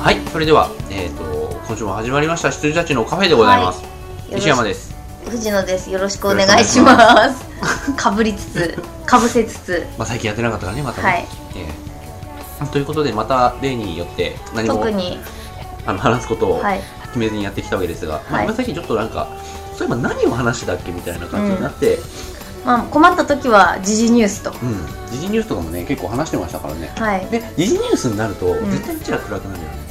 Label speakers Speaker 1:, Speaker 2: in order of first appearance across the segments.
Speaker 1: はい、それでは、えっ、と、今週も始まりました、羊たちのカフェでございます。
Speaker 2: よろし
Speaker 1: 西山です。
Speaker 2: 藤野です。よろしくお願いします。かぶりつ つ、かぶせつつ、
Speaker 1: まあ、最近やってなかったからね、またね。
Speaker 2: はい。
Speaker 1: ええということで、また例によって、何も
Speaker 2: 特、に、
Speaker 1: あの、話すことを
Speaker 2: はい。
Speaker 1: 決めずにやってきたわけですが、まあ、
Speaker 2: はい
Speaker 1: 今さっきちょっとなんか。そういえば、何を話してたっけみたいな感じになって、
Speaker 2: まあ、困った時は時事ニュースと。
Speaker 1: うん、時事ニュースとかもね、結構話してましたからね。
Speaker 2: はい。
Speaker 1: で、時事ニュースになると、
Speaker 2: ん
Speaker 1: 絶対うちら暗くなるよね。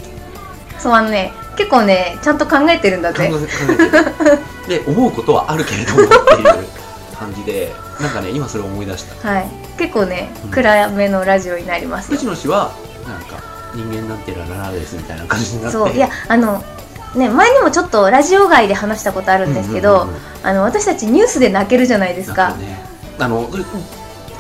Speaker 2: そう、あのね、結構ね、ちゃんと考えてるんだ
Speaker 1: 考
Speaker 2: ぜ。
Speaker 1: えてるで思うことはあるけれどもっていう感じでなんかね今それを思い出した
Speaker 2: はい。結構ね
Speaker 1: うん、
Speaker 2: 暗めのラジオになりますよ
Speaker 1: 藤野氏はなんか人間なんてラララですみたいな感じになって
Speaker 2: そう、いや、あの、ね、前にもちょっとラジオ外で話したことあるんですけ
Speaker 1: うん
Speaker 2: ど
Speaker 1: うんうんうん、
Speaker 2: あの、私たちニュースで泣けるじゃないです
Speaker 1: なん
Speaker 2: か
Speaker 1: か。ねあのう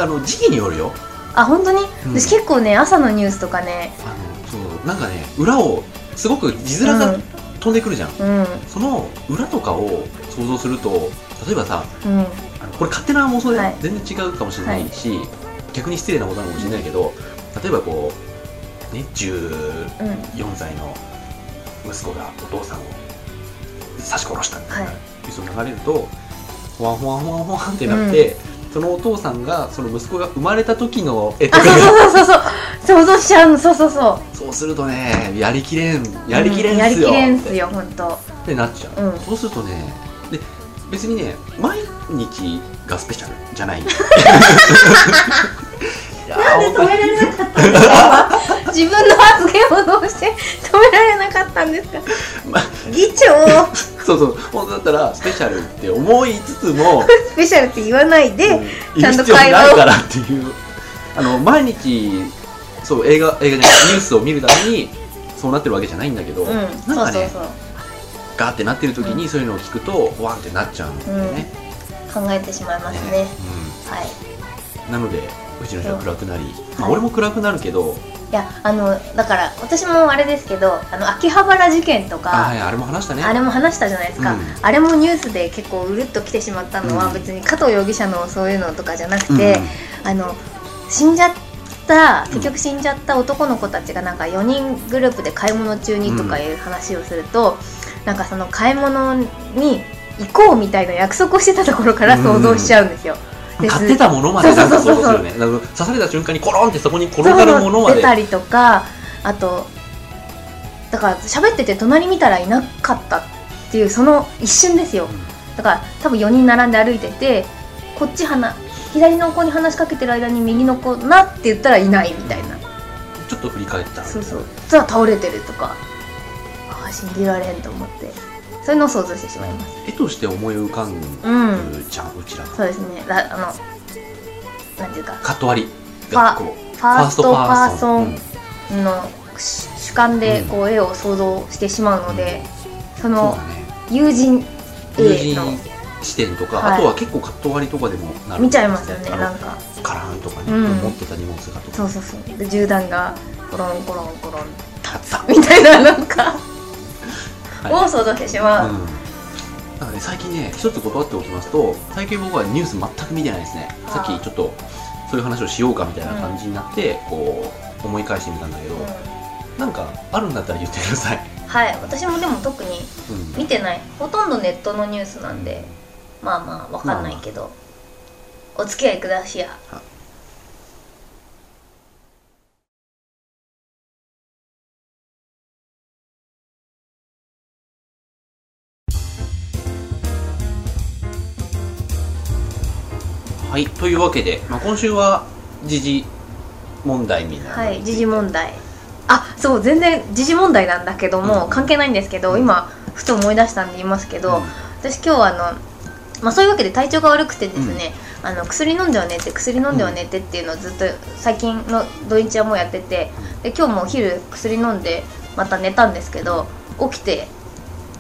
Speaker 1: あの時期によるよ
Speaker 2: あ、本当に
Speaker 1: うん
Speaker 2: 私結構ね、朝のニュースとかね、
Speaker 1: あのそうなんかね裏をすごく字面が
Speaker 2: うん
Speaker 1: 飛んでくるじゃん、
Speaker 2: うん、
Speaker 1: その裏とかを想像すると例えばさ
Speaker 2: うん。
Speaker 1: あのこれ勝手な妄想で
Speaker 2: はい
Speaker 1: 全然違うかもしれないし、逆に失礼なことなのかもしれないけど例えばこうね10
Speaker 2: うん、
Speaker 1: 4歳の息子がお父さんを刺し殺したみたいな
Speaker 2: はい
Speaker 1: ニュースを流れるとほわんほわんほわんほわんってなって、そのお父さんがその息子が生まれた時の絵と
Speaker 2: あ、
Speaker 1: か
Speaker 2: そうそうそうそうそう想像しちゃうのそうそうそう
Speaker 1: そうするとねやりきれんやりきれん
Speaker 2: や
Speaker 1: す
Speaker 2: り
Speaker 1: よ,、
Speaker 2: きれんすよ本当
Speaker 1: ってなっちゃう、
Speaker 2: うん
Speaker 1: そうするとねで別にね毎日がスペシャルじゃないいや
Speaker 2: なんで止められなかったんですか自分の発言をどうして止められなかったんですか、
Speaker 1: ま
Speaker 2: 議長
Speaker 1: そうそう本当だったらスペシャルって思いつつも
Speaker 2: スペシャルって言わないで、
Speaker 1: い
Speaker 2: ちゃ
Speaker 1: る
Speaker 2: んと
Speaker 1: 必要
Speaker 2: 会話を
Speaker 1: ないからっていう あの毎日そう映画映画じゃない ニュースを見るためにそうなってるわけじゃないんだけど、
Speaker 2: うん
Speaker 1: なん
Speaker 2: そう
Speaker 1: か
Speaker 2: そう
Speaker 1: ね
Speaker 2: そう
Speaker 1: ガーってなってる時にそういうのを聞くとワンってなっちゃうんだよね,、
Speaker 2: 考えてしまいますね
Speaker 1: ね
Speaker 2: はい
Speaker 1: うんなのでうちの人は暗くなり、まあ、
Speaker 2: はい
Speaker 1: 俺も暗くなるけど、
Speaker 2: いやあのだから私もあれですけどあの秋葉原事件と
Speaker 1: あ
Speaker 2: か、
Speaker 1: はい、あれも話したね
Speaker 2: あれも話したじゃないですか、
Speaker 1: うん
Speaker 2: あれもニュースで結構うるっと来てしまったのは、
Speaker 1: うん
Speaker 2: 別に加藤容疑者のそういうのとかじゃな
Speaker 1: う
Speaker 2: く
Speaker 1: ん
Speaker 2: て、あの死んじゃった
Speaker 1: ん
Speaker 2: 結局死んじゃった男の子たちがなんか4人グループで買い物中にとかいう話をすると、なんかその買い物に行こうみたいな約束をしてたところから想像しちゃうんですよ。
Speaker 1: うん
Speaker 2: で
Speaker 1: 買ってたものまでなんか
Speaker 2: そ
Speaker 1: そううです
Speaker 2: そうそうそう
Speaker 1: よねあの刺された瞬間にコロンってそこに転がるものま
Speaker 2: 出
Speaker 1: で
Speaker 2: たりとかあとだから喋ってて隣見たらいなかったっていうその一瞬ですよだから多分4人並んで歩いててこっち話左の子に話しかけてる間に右の子なって言ったらいないみたいな
Speaker 1: ちょっと振り返ったら
Speaker 2: そうそうただ倒れてるとかああ信じられんと思ってそういうのを想像してしまいます
Speaker 1: 絵として思い浮かん
Speaker 2: うん
Speaker 1: じゃんうちらが
Speaker 2: そうですねだあのなんていうか
Speaker 1: カット割り
Speaker 2: フ
Speaker 1: が
Speaker 2: ァ
Speaker 1: こう
Speaker 2: ファーストパーソ
Speaker 1: うん
Speaker 2: ンの主主観で
Speaker 1: うん
Speaker 2: こう絵を想像してしまうので、そ
Speaker 1: そう
Speaker 2: の
Speaker 1: だね
Speaker 2: 友人
Speaker 1: 友
Speaker 2: A
Speaker 1: 人
Speaker 2: の
Speaker 1: 視点とか、
Speaker 2: は
Speaker 1: あ
Speaker 2: い
Speaker 1: とは結構カット割りとかでもなる
Speaker 2: 見ちゃいますよね
Speaker 1: あ
Speaker 2: なん
Speaker 1: の
Speaker 2: か
Speaker 1: カラーンとかね、
Speaker 2: うん
Speaker 1: 持ってた荷物がと
Speaker 2: そ
Speaker 1: か
Speaker 2: うそうそうで銃弾がコロンコロンコロン
Speaker 1: 立った、
Speaker 2: みたいな なんか、
Speaker 1: はい
Speaker 2: を想像してしまう、
Speaker 1: うんだからね、最近ね一つ断っておきますと最近僕はニュース全く見てないですね
Speaker 2: あー
Speaker 1: さっきちょっとそういう話をしようかみたいな感じになって、こう思い返してみたんだけど、
Speaker 2: うん
Speaker 1: なんかあるんだったら言ってください、
Speaker 2: はい私もでも特に
Speaker 1: うん
Speaker 2: 見てないほとんどネットのニュースなんでまあまあわかんないけど、お付き合いくだしや
Speaker 1: はいというわけで、まあ、今週は時事問題みたいな
Speaker 2: はい時事問題あそう全然時事問題なんだけども、
Speaker 1: うん
Speaker 2: 関係ないんですけど、
Speaker 1: うん
Speaker 2: 今ふと思い出したんで言いますけど、
Speaker 1: うん
Speaker 2: 私今日あのまあそういうわけで体調が悪くてですね、あの薬飲んでは寝て薬飲んでは寝てっていうのをずっと最近の土日はもうやっててで今日もお昼薬飲んでまた寝たんですけど起きて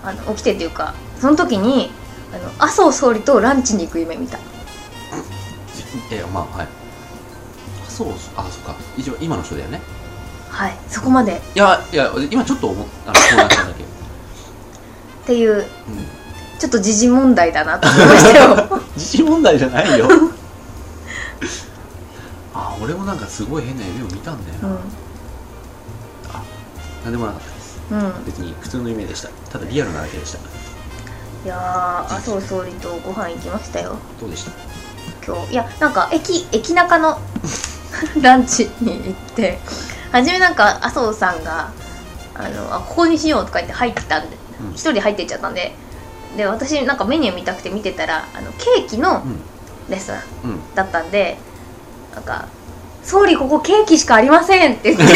Speaker 2: あの起きてっていうかその時にあの麻生総理とランチに行く夢見 た
Speaker 1: いやまあはいあそうあそうか一応今の人だよね
Speaker 2: はいそこまでっ
Speaker 1: いやいや今ちょっと思っあのそうなったん だけど、
Speaker 2: ていう
Speaker 1: うん
Speaker 2: ちょっと時事問題だなと思いました よ
Speaker 1: 自信問題じゃない よあ俺もなんかすごい変な夢を見たんだよな、
Speaker 2: うん
Speaker 1: なんでもなかったです
Speaker 2: うん
Speaker 1: 別に普通の夢でしたただリアルなだけでした
Speaker 2: いやー麻生総理とご飯行きましたよ
Speaker 1: どうでした
Speaker 2: 今日いやなんか駅駅中の ランチに行って初めなんか麻生さんがあのあここにしようとか言って入ってたんで
Speaker 1: うん
Speaker 2: 一人で入ってっちゃったんでで私なんかメニュー見たくて見てたらあのケーキの
Speaker 1: う
Speaker 2: レストラン
Speaker 1: んうん
Speaker 2: だったんでなんか「総理ここケーキしかありません」って言って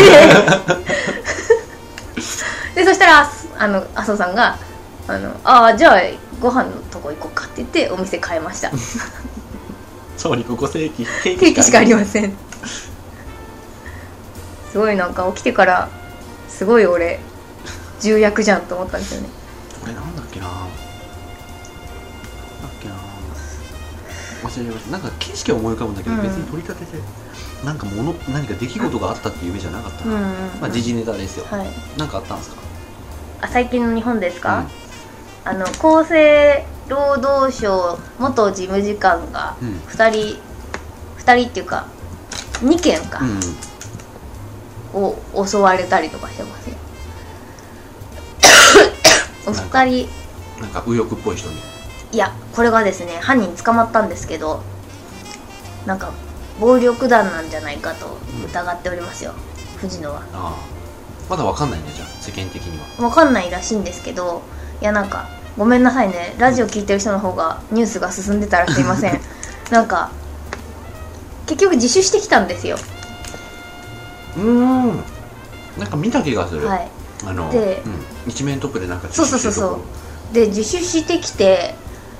Speaker 2: でそしたらあの麻生さんが「あのあーじゃあご飯のとこ行こうか」って言ってお店変えま した
Speaker 1: 総理ここ 正規ケ
Speaker 2: ケーキしかあり
Speaker 1: ま
Speaker 2: ませんすごいなんか起きてからすごい俺重役じゃんと思ったんですよね
Speaker 1: せんこれなんだっけななんだっけな忘れちゃいましたなんか景色は思い浮かぶんだけど、
Speaker 2: うん
Speaker 1: 別に取り立ててなんかもの何か出来事があったっていう夢じゃなかった
Speaker 2: うん
Speaker 1: な、
Speaker 2: うん、
Speaker 1: まあ時事ネタですよ、
Speaker 2: はい
Speaker 1: なんかあったんですか
Speaker 2: あ最近の日本です
Speaker 1: うん
Speaker 2: か、あの厚生労働省元事務次官が
Speaker 1: うん
Speaker 2: 2人、2人っていうか2件か、
Speaker 1: うん
Speaker 2: を襲われたりとかしてますよ
Speaker 1: な
Speaker 2: お
Speaker 1: んか
Speaker 2: 二人
Speaker 1: なんか右翼っぽい人に
Speaker 2: いやこれがですね犯人捕まったんですけどなんか暴力団なんじゃないかと疑っておりますよ、藤野は
Speaker 1: ああまだわかんないねじゃあ世間的には
Speaker 2: わかんないらしいんですけどいやなんかごめんなさいねラジオ聞いてる人の方がニュースが進んでたらすい ませんなんか結局自首してきたんですよ
Speaker 1: うーんなんか見た気がする、
Speaker 2: はい
Speaker 1: あの、
Speaker 2: で
Speaker 1: うん、一面トップでなんか
Speaker 2: そうそうそうそうで自首してきて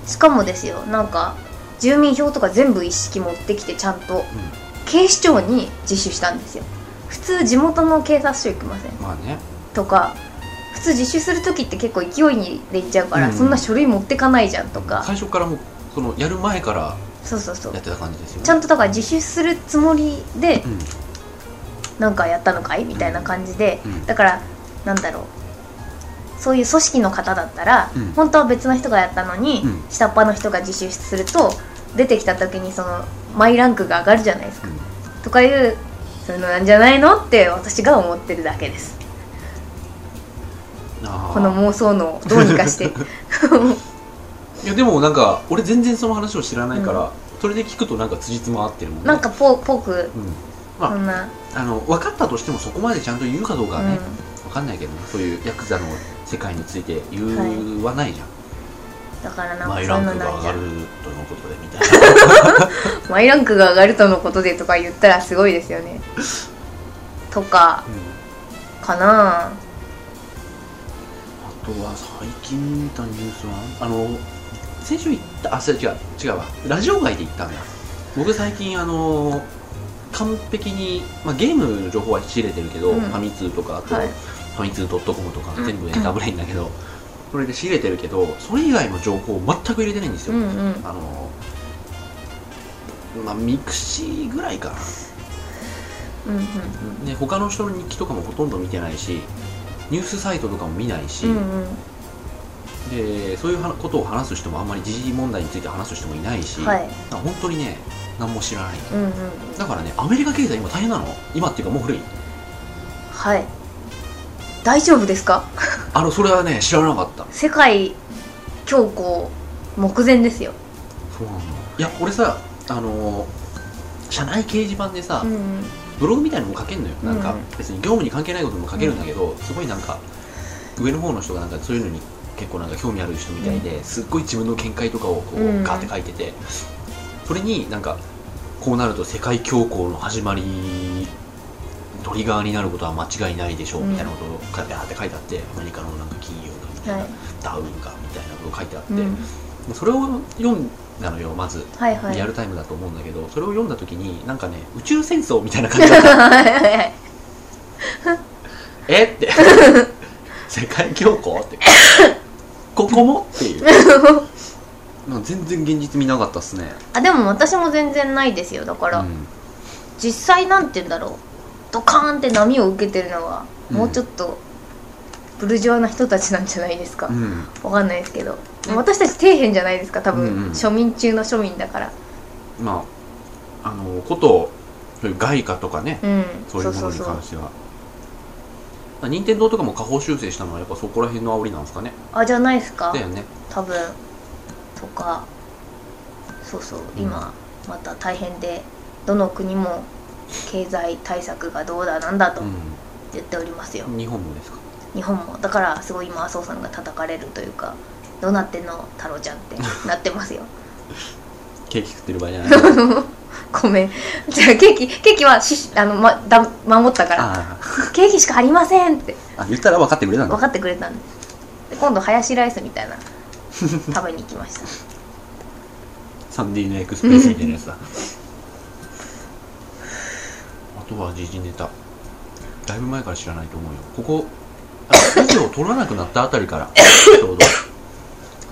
Speaker 2: しかもですよなんか住民票とか全部一式持ってきてちゃんと
Speaker 1: う
Speaker 2: 警視庁に自首したんですよ普通地元の警察署行きません
Speaker 1: ん、まあね
Speaker 2: とか普通自首する時って結構勢いにで行っちゃうから、
Speaker 1: うん
Speaker 2: そんな書類持ってかないじゃんとか、
Speaker 1: 最初からもうそのやる前から
Speaker 2: そうそうそう
Speaker 1: やってた感じですよね
Speaker 2: ちゃんとだから自首するつもりで
Speaker 1: うん
Speaker 2: なんかやったのかいみたいな感じで、
Speaker 1: うん
Speaker 2: だからなんだろうそういう組織の方だったら、
Speaker 1: うん
Speaker 2: 本当は別の人がやったのに、
Speaker 1: うん
Speaker 2: 下っ端の人が自首すると出てきた時にそのマイランクが上がるじゃないですか、
Speaker 1: うん
Speaker 2: とかいうそういうのなんじゃないのって私が思ってるだけです
Speaker 1: あー
Speaker 2: この妄想のをどうにかして
Speaker 1: いやでもなんか俺全然その話を知らないから、それで聞くとなんか辻褄合ってるもんね
Speaker 2: なんかぽぽく
Speaker 1: うん、あ
Speaker 2: そんな、
Speaker 1: あの分かったとしてもそこまでちゃんと言うかどうかはね、
Speaker 2: うん
Speaker 1: 分かんないけどねそういうヤクザの世界について言わないじゃん、
Speaker 2: だからなんか
Speaker 1: マ
Speaker 2: そうい
Speaker 1: イ
Speaker 2: う
Speaker 1: ラン
Speaker 2: の
Speaker 1: クが
Speaker 2: なん
Speaker 1: 上
Speaker 2: じ
Speaker 1: が
Speaker 2: ゃ
Speaker 1: る
Speaker 2: ん
Speaker 1: とのことでみたいな
Speaker 2: マイランクが上がるとのことでとか言ったらすごいですよねとか
Speaker 1: うん
Speaker 2: かなぁ
Speaker 1: あとは最近見たニュースはあの先週行ったあそれ違う違うわラジオ外で行ったんだ僕最近あの完璧に、まあ、ゲームの情報は仕入れてるけど、
Speaker 2: うん
Speaker 1: ファミ通とかあと、
Speaker 2: はい
Speaker 1: ファミ通 .com とか
Speaker 2: うん
Speaker 1: 全部エンタブレインだけど、それで仕入れてるけどそれ以外の情報を全く入れてないんです
Speaker 2: う
Speaker 1: よ、
Speaker 2: んうん
Speaker 1: あのまあミクシーぐらいかな
Speaker 2: うん
Speaker 1: ね、他の人の日記とかもほとんど見てないしニュースサイトとかも見ないし、
Speaker 2: うんうんうん
Speaker 1: でそういうはことを話す人もあんまり時事問題について話す人もいないし、
Speaker 2: はい
Speaker 1: だから本当にね何も知らない
Speaker 2: うんうん
Speaker 1: だからねアメリカ経済今大変なの今っていうかもう古い
Speaker 2: はい大丈夫ですか
Speaker 1: あのそれはね知らなかった
Speaker 2: 世界恐慌目前ですよ
Speaker 1: そうなんだいや俺さあの社内掲示板でさ、
Speaker 2: うんうん
Speaker 1: ブログみたいなのも書けるのよなんか、
Speaker 2: うん
Speaker 1: 別に業務に関係ないことも書けるんだけど、すごいなんか上の方の人がなんかそういうのに結構なんか興味ある人みたいで、すっごい自分の見解とかをこう、
Speaker 2: うん
Speaker 1: ガーって書いててそれになんかこうなると世界恐慌の始まりトリガーになることは間違いないでしょう、
Speaker 2: うん
Speaker 1: みたいなことをガーって書いてあってアメリカのなんか金融がみたいな、
Speaker 2: はい
Speaker 1: ダウンがみたいなこと書いてあって、
Speaker 2: うん
Speaker 1: それを読んだのよまず
Speaker 2: はいはい
Speaker 1: リアルタイムだと思うんだけど、それを読んだ時になんかね宇宙戦争みたいな感じだった
Speaker 2: はい
Speaker 1: え って世界恐慌 ってここもっていうなんか全然現実見なかったっすね
Speaker 2: あでも私も全然ないですよだから、
Speaker 1: うん
Speaker 2: 実際なんて言うんだろうドカーンって波を受けてるのは、
Speaker 1: うん
Speaker 2: もうちょっとブルジョワな人たちなんじゃないですか、
Speaker 1: うん
Speaker 2: わかんないですけど
Speaker 1: ね
Speaker 2: 私たち底辺じゃないですか多分、
Speaker 1: うんうん
Speaker 2: 庶民中の庶民だから
Speaker 1: まああのことそういう外貨とかね
Speaker 2: うん
Speaker 1: そういうものに関
Speaker 2: そ
Speaker 1: してはら任天堂とかも下方修正したのはやっぱそこら辺の煽りなんですかね
Speaker 2: あじゃないですか
Speaker 1: だよね
Speaker 2: 多分とかそうそう今また大変でどの国も経済対策がどうだなんだと
Speaker 1: う
Speaker 2: 言っておりますよ、
Speaker 1: ん日本もですか
Speaker 2: 日本もだからすごい今麻生さんが叩かれるというかどうなってんの太郎ちゃんって なってますよ
Speaker 1: ケーキ食ってる場合じゃ ない
Speaker 2: ごめんじゃあケーキケーキはしあの、ま、だ守ったから
Speaker 1: あ
Speaker 2: ケーキしかありませんって
Speaker 1: ああ言ったら分かってくれたん
Speaker 2: 分
Speaker 1: だ
Speaker 2: かってくれたんですで今度ハヤシライスみたいな食べに行きました
Speaker 1: サンディーのエクスプレスみたいなやつだあとは時事ネタだいぶ前から知らないと思うよここあラジオを撮らなくなったあたりからちょうど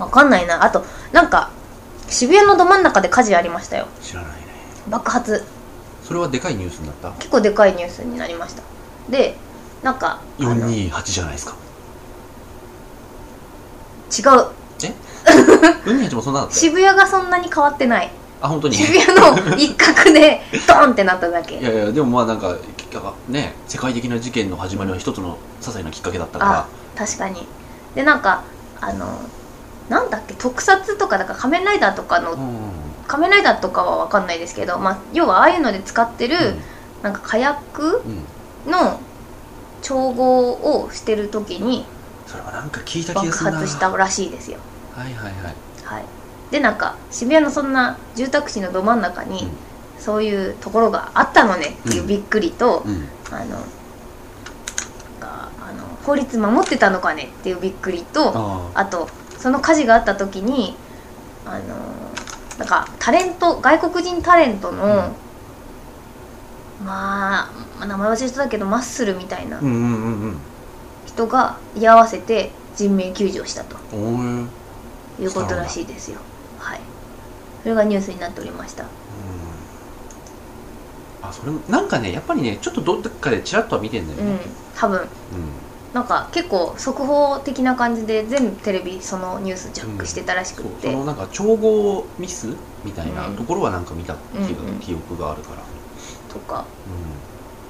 Speaker 2: 分かんないなあとなんか渋谷のど真ん中で火事ありましたよ
Speaker 1: 知らないね
Speaker 2: 爆発
Speaker 1: それはでかいニュースになった
Speaker 2: 結構でかいニュースになりましたでなんかあの違う
Speaker 1: 428じゃないですかえ428もそんなだった
Speaker 2: 渋谷がそんなに変わってない
Speaker 1: あ本当に
Speaker 2: 渋 谷の一角でドーンってなっただけ
Speaker 1: いやいやでもまあなんかきっかけね世界的な事件の始まりは一つの些細なきっかけだったか、
Speaker 2: 確かにでなんかあのなんだっけ特撮とかだから仮面ライダーとからの
Speaker 1: んん
Speaker 2: 仮面ライダーとかは分かんないですけど、まあ、要はああいうので使ってる、なんか火薬
Speaker 1: うんうん、
Speaker 2: の調合をしてる時に
Speaker 1: それはなんか聞いた気
Speaker 2: 爆
Speaker 1: がするな
Speaker 2: 発したらしいですよ
Speaker 1: はいはいはい
Speaker 2: はい、でなんか渋谷のそんな住宅地のど真ん中に、
Speaker 1: うん
Speaker 2: そういうところがあったのねっていううんびっくりと、
Speaker 1: うん
Speaker 2: あのがあの法律守ってたのかねっていうびっくりとあ
Speaker 1: あ
Speaker 2: とその火事があった時にあのなんかタレント外国人タレントの、まあ名前忘れてたけどマッスルみたいな
Speaker 1: あうんうんうん
Speaker 2: 人が居合わせて人命救助したと
Speaker 1: うんおー
Speaker 2: いうことらしいですよはいそれがニュースになっておりました
Speaker 1: あそれもなんかねやっぱりねちょっとどっかでちらっとは見てんだよ
Speaker 2: う
Speaker 1: ね
Speaker 2: ん多分
Speaker 1: うん、
Speaker 2: なんか結構速報的な感じで全部テレビそのニュースジャックしてたらしくっ
Speaker 1: そう
Speaker 2: て、
Speaker 1: そのなんか調合ミスみたいなところはなんか見た気,、
Speaker 2: うんうん
Speaker 1: 記憶があるから、
Speaker 2: とか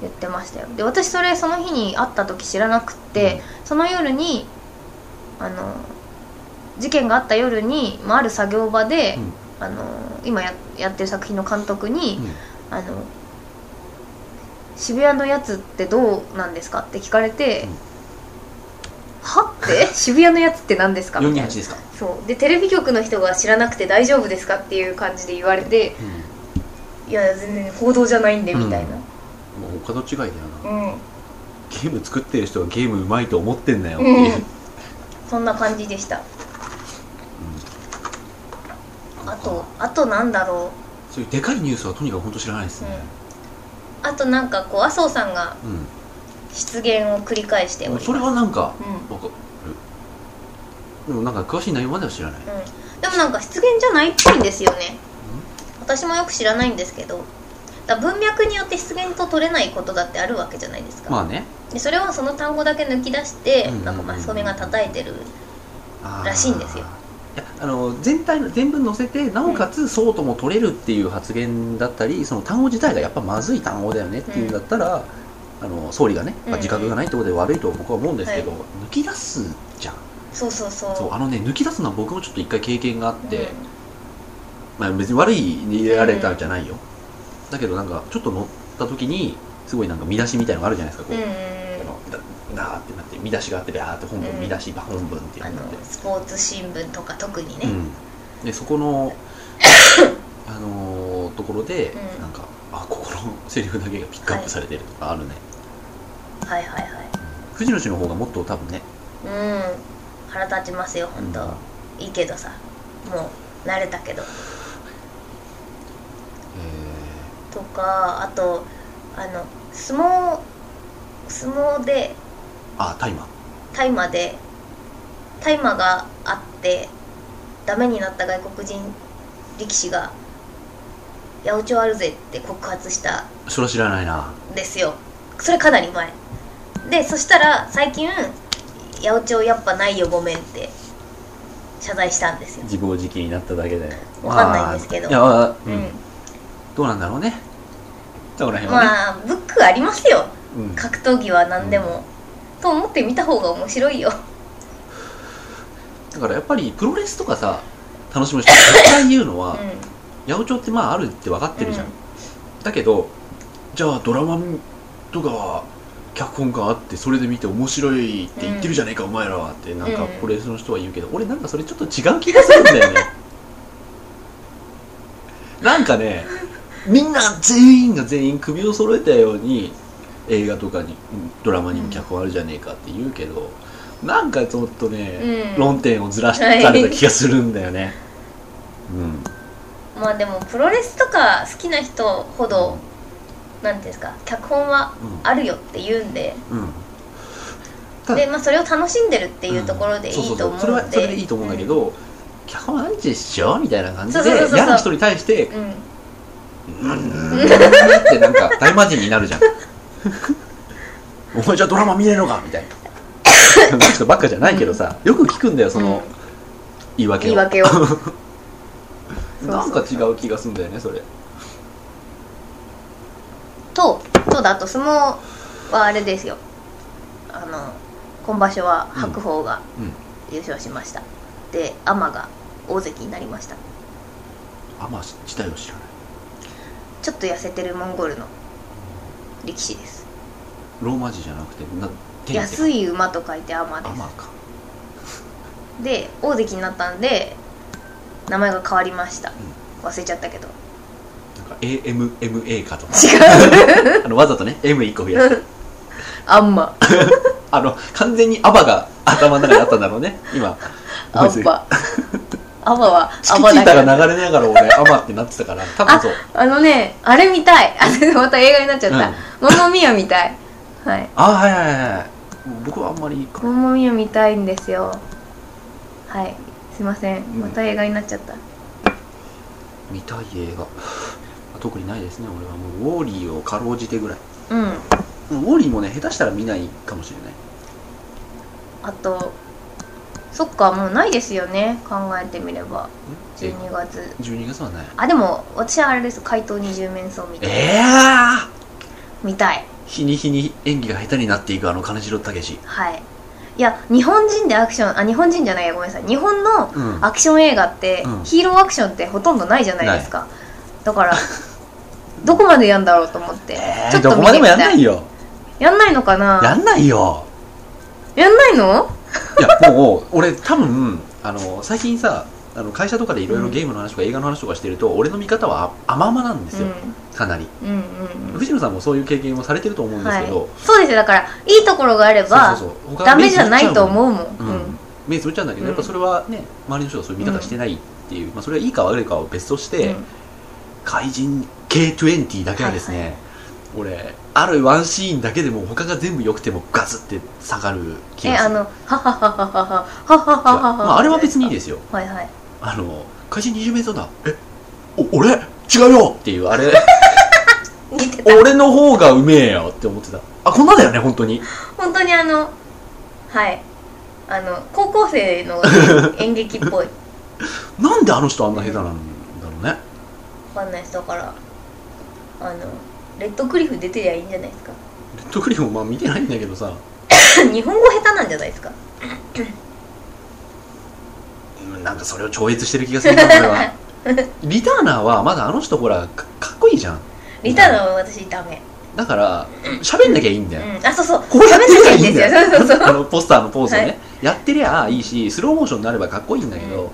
Speaker 1: う
Speaker 2: 言ってましたよで私それその日に会った時知らなくって、その夜にあの事件があった夜に、まあ、ある作業場で、
Speaker 1: うん
Speaker 2: あの今ややってる作品の監督に、
Speaker 1: んうん
Speaker 2: あの渋谷のやつってどうなんですかって聞かれて、
Speaker 1: うん
Speaker 2: は って渋谷のやつって何ですかみたいな
Speaker 1: 428ですか、
Speaker 2: そうでテレビ局の人が知らなくて大丈夫ですかっていう感じで言われていや全然報道じゃないんでみたいな
Speaker 1: うん、もう他の違いだよな、
Speaker 2: うん、
Speaker 1: ゲーム作ってる人がゲームうまいと思ってんだよっていう、
Speaker 2: うんそんな感じでした
Speaker 1: うん
Speaker 2: あとあとなんだろ
Speaker 1: そういうでかいニュースはとにかく本当知らないですね、
Speaker 2: うあとなんかこう麻生さんが
Speaker 1: うん
Speaker 2: 失言を繰り返しており
Speaker 1: それ
Speaker 2: ます
Speaker 1: はなんか
Speaker 2: うん、
Speaker 1: わかるでもなんか詳しい内容までは知らない、
Speaker 2: うん、でもなんか失言じゃないっぽいんですよね私もよく知らないんですけどだから文脈によって失言と取れないことだってあるわけじゃないですか、
Speaker 1: まあね
Speaker 2: でそれはその単語だけ抜き出して、
Speaker 1: うんうんうん
Speaker 2: なんかマスコミが叩いてる
Speaker 1: あー
Speaker 2: らしいんですよ
Speaker 1: いやあの全体の全文載せてなおかつそうとも取れるっていう発言だったり、その単語自体がやっぱまずい単語だよねっていうんだったら、あの総理がね、まあ自覚がないってことで悪いと僕は思うんですけど、抜き出すじゃん
Speaker 2: そうそうそう
Speaker 1: そうあのね抜き出すのは僕もちょっと一回経験があって、
Speaker 2: うん
Speaker 1: まあ、別に悪いに入れられたんじゃないよ、だけどなんかちょっと乗った時にすごいなんか見出しみたいのがあるじゃないですかこ
Speaker 2: うんう
Speaker 1: う、
Speaker 2: んうん
Speaker 1: あのだだーってなって見出しがあってだーって本文、
Speaker 2: うん
Speaker 1: 見出しば本文って
Speaker 2: あ
Speaker 1: なって
Speaker 2: のスポーツ新聞とか特にね、
Speaker 1: うん、でそこのあのーところで、
Speaker 2: うん
Speaker 1: なんかあここのセリフだけがピックアップされてるとかあるね、
Speaker 2: はいはいはい
Speaker 1: 藤野氏の方がもっと多分ね
Speaker 2: うん腹立ちますよ本当、いいけどさもう慣れたけど
Speaker 1: え
Speaker 2: とかあとあの相撲相撲
Speaker 1: ー、
Speaker 2: で
Speaker 1: あ大麻
Speaker 2: 大麻で大麻があってダメになった外国人力士が「八百長あるぜ」って告発した
Speaker 1: それは知らないな
Speaker 2: ですよそれかなり前でそしたら最近「八百長やっぱないよごめん」って謝罪したんですよ
Speaker 1: 自暴自棄になっただけで
Speaker 2: わかんないんですけど
Speaker 1: まあいや、
Speaker 2: う、
Speaker 1: うんん、どうなんだろうねそこら辺はね、
Speaker 2: まあブックありますよ
Speaker 1: うん
Speaker 2: 格闘技は何でも、と思って見た方が面白いよ
Speaker 1: だからやっぱりプロレスとかさ楽しむ人が絶対言うのは
Speaker 2: う、ん
Speaker 1: 八百長ってまああるって分かってるじゃん、
Speaker 2: うん
Speaker 1: だけどじゃあドラマとかは脚本があってそれで見て面白いって言ってるじゃねえか、お前らはってなんか
Speaker 2: うん
Speaker 1: プロレスの人は言うけど、俺なんかそれちょっと違う気がするんだ よねなんかねみんな全員が全員首を揃えたように映画とかにドラマにも脚本あるじゃねえかって言うけど、なんかちょっとね、
Speaker 2: うん
Speaker 1: 論点をずらされた気がするんだよね、うん
Speaker 2: まあでもプロレスとか好きな人ほどなんていうんですか脚本は
Speaker 1: う
Speaker 2: あるよって言うんで、
Speaker 1: んうんただ
Speaker 2: でまあそれを楽しんでるっていうところでいい
Speaker 1: そうそう
Speaker 2: と
Speaker 1: そそ
Speaker 2: 思うんで、
Speaker 1: れはそれでいいと思うんだけど、脚本アンチでしょみたいな感じで
Speaker 2: そうそうそうそう
Speaker 1: 嫌な人に対して
Speaker 2: うん、う
Speaker 1: 「
Speaker 2: ん
Speaker 1: うん」ってなんか大魔人になるじゃんお前じゃあドラマ見ねえのかみたいなそんな人ばっかじゃないけどさよく聞くんだよその言い
Speaker 2: うん
Speaker 1: 訳
Speaker 2: 言
Speaker 1: を
Speaker 2: い訳をう
Speaker 1: なんか違う気がするんだよねそれ
Speaker 2: とそうだあと相撲はあれですよあの今場所は白鵬が
Speaker 1: うんうん
Speaker 2: 優勝しました、で天が大関になりました
Speaker 1: あまあ自体を知らない
Speaker 2: ちょっと痩せてるモンゴルの力士です
Speaker 1: ローマ字じゃなくてな天って
Speaker 2: 安い馬と書いて天
Speaker 1: あ
Speaker 2: です
Speaker 1: まあか
Speaker 2: で大関になったんで名前が変わりました、忘れちゃったけど
Speaker 1: なんか AMMA かと
Speaker 2: 違 う
Speaker 1: あのわざとね M1 個増やして
Speaker 2: あんま
Speaker 1: あの、完全にアバが頭の中にあったんだろうね、今。
Speaker 2: あん
Speaker 1: バ。
Speaker 2: ま あんまは
Speaker 1: チ
Speaker 2: あ
Speaker 1: キ
Speaker 2: んま
Speaker 1: チー
Speaker 2: だ
Speaker 1: タ
Speaker 2: か
Speaker 1: が
Speaker 2: ら
Speaker 1: 流れながら俺、アバってなってたから、多分そう。
Speaker 2: あのねあれ見たいあまた映画になっちゃった「モモミヤ」見たいはい
Speaker 1: あ、はいはいはいはい。僕はあんまりいい
Speaker 2: 「
Speaker 1: か
Speaker 2: モモミヤ」見たいんですよはいすいません
Speaker 1: ん
Speaker 2: また映画になっちゃった、
Speaker 1: 見たい映画。特にないですね、俺は。もう、ウォーリーをかろうじてぐらい。
Speaker 2: うん、
Speaker 1: ウォーリーもね、下手したら見ないかもしれない。
Speaker 2: あとそっかもうないですよね考えてみれば
Speaker 1: え
Speaker 2: 12月
Speaker 1: 12月はない。
Speaker 2: あでも私はあれです怪盗二十面相みたいな
Speaker 1: ええ
Speaker 2: 見たい
Speaker 1: 日に日に演技が下手になっていくあの金城武史。
Speaker 2: はいいや日本人でアクションあ日本人じゃないやごめんなさい日本の
Speaker 1: うん。
Speaker 2: アクション映画って、
Speaker 1: うん
Speaker 2: ヒーローアクションってほとんどないじゃないですかだから どこまでやんだろうと思って、
Speaker 1: え
Speaker 2: ち
Speaker 1: ー、
Speaker 2: ょっと
Speaker 1: どこまでもやん
Speaker 2: 見て
Speaker 1: な
Speaker 2: み
Speaker 1: いよ。
Speaker 2: たやんないのかな
Speaker 1: やんないよ。
Speaker 2: やんないの
Speaker 1: いやもう俺多分あの最近さあの会社とかでいろいろゲームの話とか映画の話とかしてると、俺の見方はあ甘々なんですよ、かなり
Speaker 2: うん、うんうんうん
Speaker 1: 藤野さんもそういう経験をされてると思うんですけど、
Speaker 2: はい、そうですよだからいいところがあれば
Speaker 1: そうそうそう
Speaker 2: ダメじゃないと思
Speaker 1: う
Speaker 2: うもん、
Speaker 1: ん、うん、目つぶっちゃうんだけど、
Speaker 2: うん
Speaker 1: やっぱそれはね周りの人がそういう見方してないっていう、まあ、それはいいか悪いかは別として、
Speaker 2: うん
Speaker 1: 怪人 K20 だけはですね、俺あるワンシーンだけでも他が全部良くてもガツって下がる気
Speaker 2: え
Speaker 1: がす
Speaker 2: あ
Speaker 1: る
Speaker 2: のはははははははははは
Speaker 1: まあ、あれは別にいいですよ
Speaker 2: はいはい
Speaker 1: あの会社20名相だえお俺違うよっていうあれ
Speaker 2: 見て た
Speaker 1: 俺の方がうめえよって思ってたあこんなだよね本当に
Speaker 2: 本当にあのはいあの高校生の演劇っぽい
Speaker 1: なんであの人あんな下手なんだろう ね
Speaker 2: わかんないですだからあのレッドクリフ出てりゃいいんじゃないですか
Speaker 1: レッドクリフもまあ見てないんだけどさ
Speaker 2: 日本語下手なんじゃないですか
Speaker 1: うんなんかそれを超越してる気がするなこれ はリターナーはまだあの人ほらかかっこいいじゃん
Speaker 2: リターンは私ダメ、
Speaker 1: だから喋んなきゃいいんだよ、
Speaker 2: うん、あそうそう
Speaker 1: こうやってりゃいいん
Speaker 2: 喋んなきゃいいん
Speaker 1: だよ
Speaker 2: ですよそうそうそう
Speaker 1: あのポスターのポーズをね、
Speaker 2: はい
Speaker 1: やってりゃいいしスローモーションになればかっこいいんだけど、
Speaker 2: うん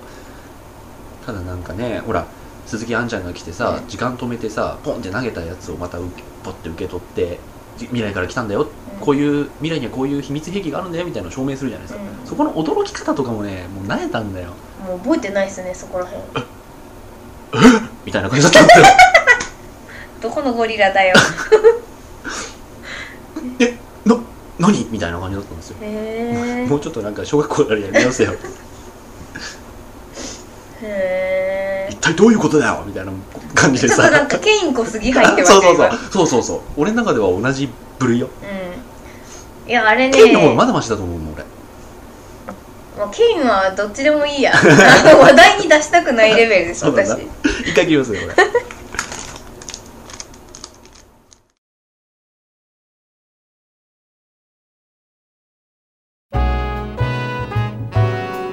Speaker 1: ただなんかねほら鈴木杏ちゃんが来てさ、
Speaker 2: うん
Speaker 1: 時間止めてさポンって投げたやつをまた受けポッて受け取ってじ未来から来たんだよ、
Speaker 2: うん
Speaker 1: こういう未来にはこういう秘密兵器があるんだよみたいなのを証明するじゃないですか、
Speaker 2: うん
Speaker 1: そこの驚き方とかもねもう慣れたんだよ
Speaker 2: もう覚えてないですねそこら辺
Speaker 1: みたいな感じだったん だよ
Speaker 2: どこのゴリラだよ
Speaker 1: 何みたいな感じだったんですよ
Speaker 2: へえ
Speaker 1: もうちょっとなんか小学校からやり直せよ
Speaker 2: へえ
Speaker 1: 一体どういうことだよみたいな感じ
Speaker 2: ち
Speaker 1: で
Speaker 2: ょっ と
Speaker 1: さ
Speaker 2: なんかケインコ杉入ってま
Speaker 1: そう
Speaker 2: した
Speaker 1: そう
Speaker 2: よ
Speaker 1: そ
Speaker 2: 今
Speaker 1: うそうそうそう俺の中では同じ部類よ
Speaker 2: うんいやあれね
Speaker 1: ケインの方がまだマシだと思うもん俺
Speaker 2: もうケインはどっちでも いいやあの話題に出したくないレベルです
Speaker 1: そうだな
Speaker 2: 私
Speaker 1: 一回切りますよ俺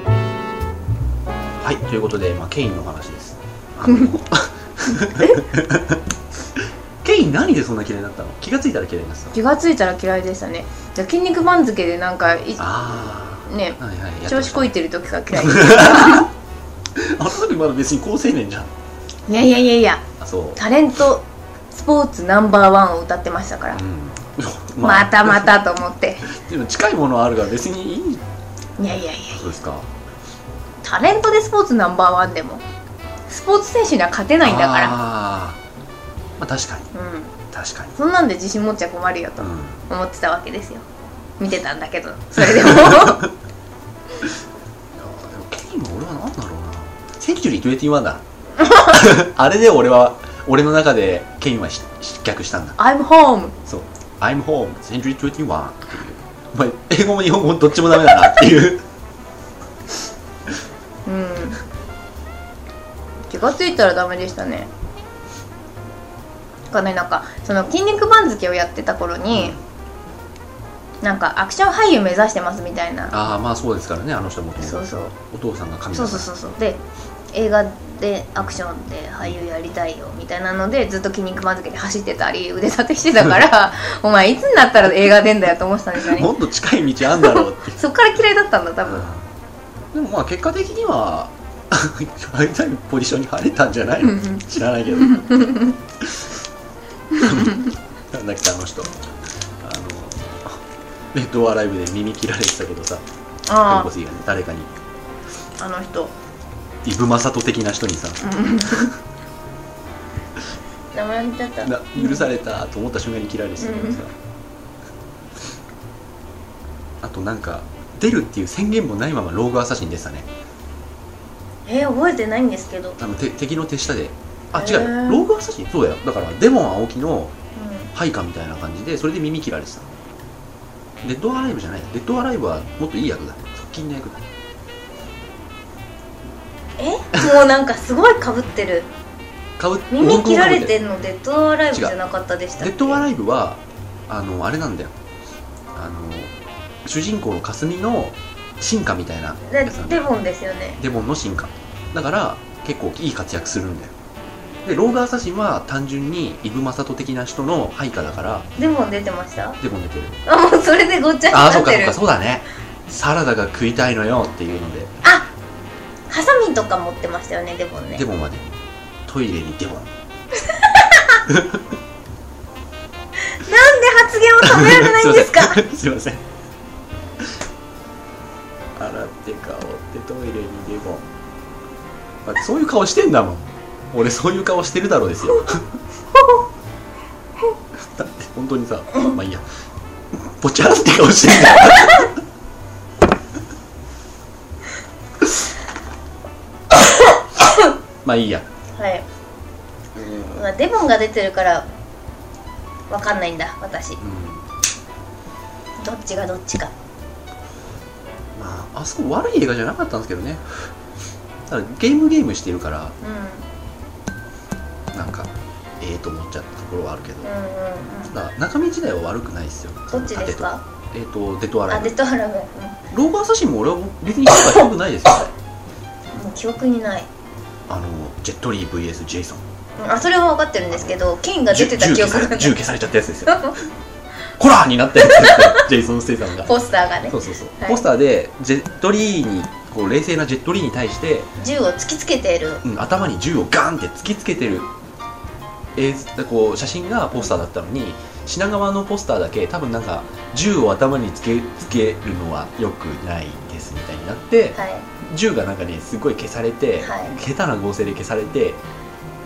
Speaker 1: はいということで、まあ、ケインのお話ですあ のケイン何でそんな嫌いになったの気がついたら嫌いになってたの
Speaker 2: 気がついたら嫌いでしたねじゃあ筋肉番付でなんかい
Speaker 1: あ
Speaker 2: ね
Speaker 1: あはいはいやってました
Speaker 2: 調子こいてる時が嫌い
Speaker 1: あの時まだ別に高青年じゃん
Speaker 2: いやいやいやいや
Speaker 1: あそう、
Speaker 2: タレントスポーツナンバーワンを歌ってましたから、
Speaker 1: うん、
Speaker 2: またまたと思って
Speaker 1: でも近いものはあるから別にいいんじ
Speaker 2: いやいやいや
Speaker 1: ゃそうですか
Speaker 2: タレントでスポーツナンバーワンでもスポーツ選手には勝てないんだから
Speaker 1: あーまあ確かに
Speaker 2: うん
Speaker 1: 確かに
Speaker 2: そんなんで自信持っちゃ困るよと
Speaker 1: うん
Speaker 2: 思ってたわけですよ見てたん だけどそれでも
Speaker 1: いやーでもケインは俺は何だろうなセンチュリー21だ あれで俺は俺の中でケインはし失脚したんだ
Speaker 2: 「I'm home
Speaker 1: そう「I'm home Century 21」っていうお前英語も日本語もどっちもダメだなっていう」
Speaker 2: うん気がついたらダメでしたねだからねなんかその筋肉番付をやってた頃に、なんかアクション俳優目指してますみたいな
Speaker 1: ああまあそうですからねあの人もとも
Speaker 2: そうそう
Speaker 1: お父さんが神だか
Speaker 2: そう
Speaker 1: ら
Speaker 2: そうそうそうで映画でアクションで俳優やりたいよみたいなのでずっと筋肉番付で走ってたり腕立てしてたから お前いつになったら映画出んだよと思ってたんですよね
Speaker 1: もっと近い道あんだろうっていう
Speaker 2: そっから嫌いだったんだ多分
Speaker 1: うんでもまあ結果的には あいたいポジションに入れたんじゃないの
Speaker 2: うんうん
Speaker 1: 知らないけどなんだっけあの人あのレッドオアライブで耳切られてたけどさ
Speaker 2: あ
Speaker 1: ペンコスイがね誰かに
Speaker 2: ああの人
Speaker 1: イブマサト的な人にさ
Speaker 2: 名前忘れちゃった
Speaker 1: な許されたと思った瞬間に切られてたけどさ、あとなんか出るっていう宣言もないままローグアサシンでしたね
Speaker 2: えー、覚えてないんですけど、うん、
Speaker 1: あのて敵の手下であ違う、
Speaker 2: へー
Speaker 1: ローグアサシンそうだよだからデモン青木の配下みたいな感じでそれで耳切られてたレッドアライブじゃないレッドアライブはもっといい役だ側近の役だ
Speaker 2: えもうなんかすごいかぶってる
Speaker 1: 買う
Speaker 2: 耳切られてんのデッドアライブじゃなかったでしたっ
Speaker 1: レ
Speaker 2: け
Speaker 1: ッドアライブはあのあれなんだよあの主人公の霞の進化みたいな
Speaker 2: で
Speaker 1: やつなんだ
Speaker 2: デ
Speaker 1: よ
Speaker 2: ボンですよね
Speaker 1: デモンの進化だから結構いい活躍するんだよでローガーサシンは単純にイブ・マサト的な人の配下だから
Speaker 2: デボン出てました
Speaker 1: デモン出てる
Speaker 2: あもうそれでごっちゃ に
Speaker 1: ああ
Speaker 2: な
Speaker 1: そう
Speaker 2: っ
Speaker 1: か
Speaker 2: て
Speaker 1: そう
Speaker 2: る
Speaker 1: かそうだねサラダが食いたいのよっていうので
Speaker 2: あハサミとか持ってましたよねデボンね
Speaker 1: デモンはねトイレにデモン
Speaker 2: なんで発言を止められないんですか
Speaker 1: すいません洗って顔ってトイレにデボンだってそういう顔してんだもん俺そういう顔してるだろうですよ だって本当にさまあいいやぽちゃんって顔してん だよまあいいや、
Speaker 2: はいまあデボンが出てるからわかんないんだ私
Speaker 1: うん
Speaker 2: どっちがどっちか
Speaker 1: まあ、あそこ悪い映画じゃなかったんですけどねただゲームゲームしてるから
Speaker 2: うんうん
Speaker 1: なんかええと思っちゃったところはあるけど
Speaker 2: うんうん
Speaker 1: ただ中身自体は悪くないですよ
Speaker 2: どっちですか
Speaker 1: えっ、とデトアラ
Speaker 2: あ
Speaker 1: イ
Speaker 2: デ
Speaker 1: ブ
Speaker 2: ッドアライブ、
Speaker 1: ローガーサシンも俺は別に評価低くないですよね
Speaker 2: うん、もう記憶にない
Speaker 1: あのジェットリー VS ジェイソン
Speaker 2: うんあそれは分かってるんですけどケインが出
Speaker 1: 銃
Speaker 2: てた記憶がな
Speaker 1: 消
Speaker 2: い
Speaker 1: さ銃消されちゃったやつです よコラーになったやつですよジェイソン・ステイさん が
Speaker 2: ポスターがね
Speaker 1: そうそうそう、
Speaker 2: はい
Speaker 1: ポスターでジェットリーにこう冷静なジェットリーに対して
Speaker 2: 銃を突きつけている
Speaker 1: うん、頭に銃をガンって突きつけてる映像こう写真がポスターだったのに品川のポスターだけ多分なんか銃を頭につけつけるのは良くないですみたいになって
Speaker 2: はい
Speaker 1: 銃がなんかねすごい消されて、
Speaker 2: はい
Speaker 1: 下手な合成で消されて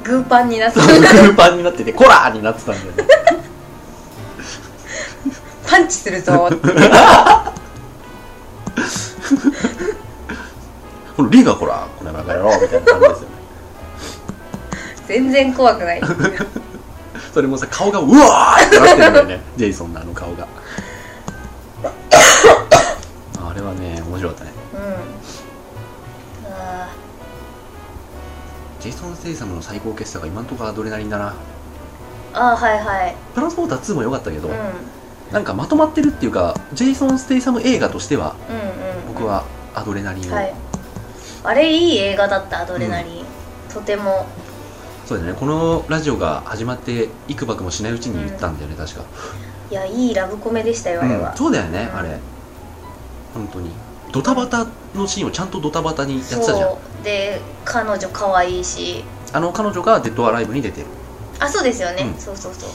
Speaker 2: グーパンになって
Speaker 1: グーパンになってて コラーになってたんだよね
Speaker 2: パンチするぞ って
Speaker 1: このリーがコラーこの中野郎みたいな感じですよね
Speaker 2: 全然怖くない
Speaker 1: それもさ顔がうわーってなってるんだよねジェイソンのあの 顔があれはね面白かったね
Speaker 2: うんあ
Speaker 1: ジェイソン・ステイサムの最高傑作が今んとこアドレナリンだな
Speaker 2: ーあーはいはい
Speaker 1: トランスポーター2も良かったけど、
Speaker 2: うんうん
Speaker 1: なんかまとまってるっていうかジェイソン・ステイサム映画としては
Speaker 2: うん
Speaker 1: 僕はアドレナリンを
Speaker 2: はいあれいい映画だったアドレナリン、とても
Speaker 1: そうだねこのラジオが始まっていくばくもしないうちに言ったんだよね、確か、
Speaker 2: いやいいラブコメでしたよあれは、
Speaker 1: うんそうだよね、
Speaker 2: うん
Speaker 1: あれ本当にドタバタのシーンをちゃんとドタバタにやってたじゃん
Speaker 2: そうで彼女可愛いし
Speaker 1: あの彼女がデッドアライブに出てる
Speaker 2: あそうですよね、
Speaker 1: うん
Speaker 2: そうそうそう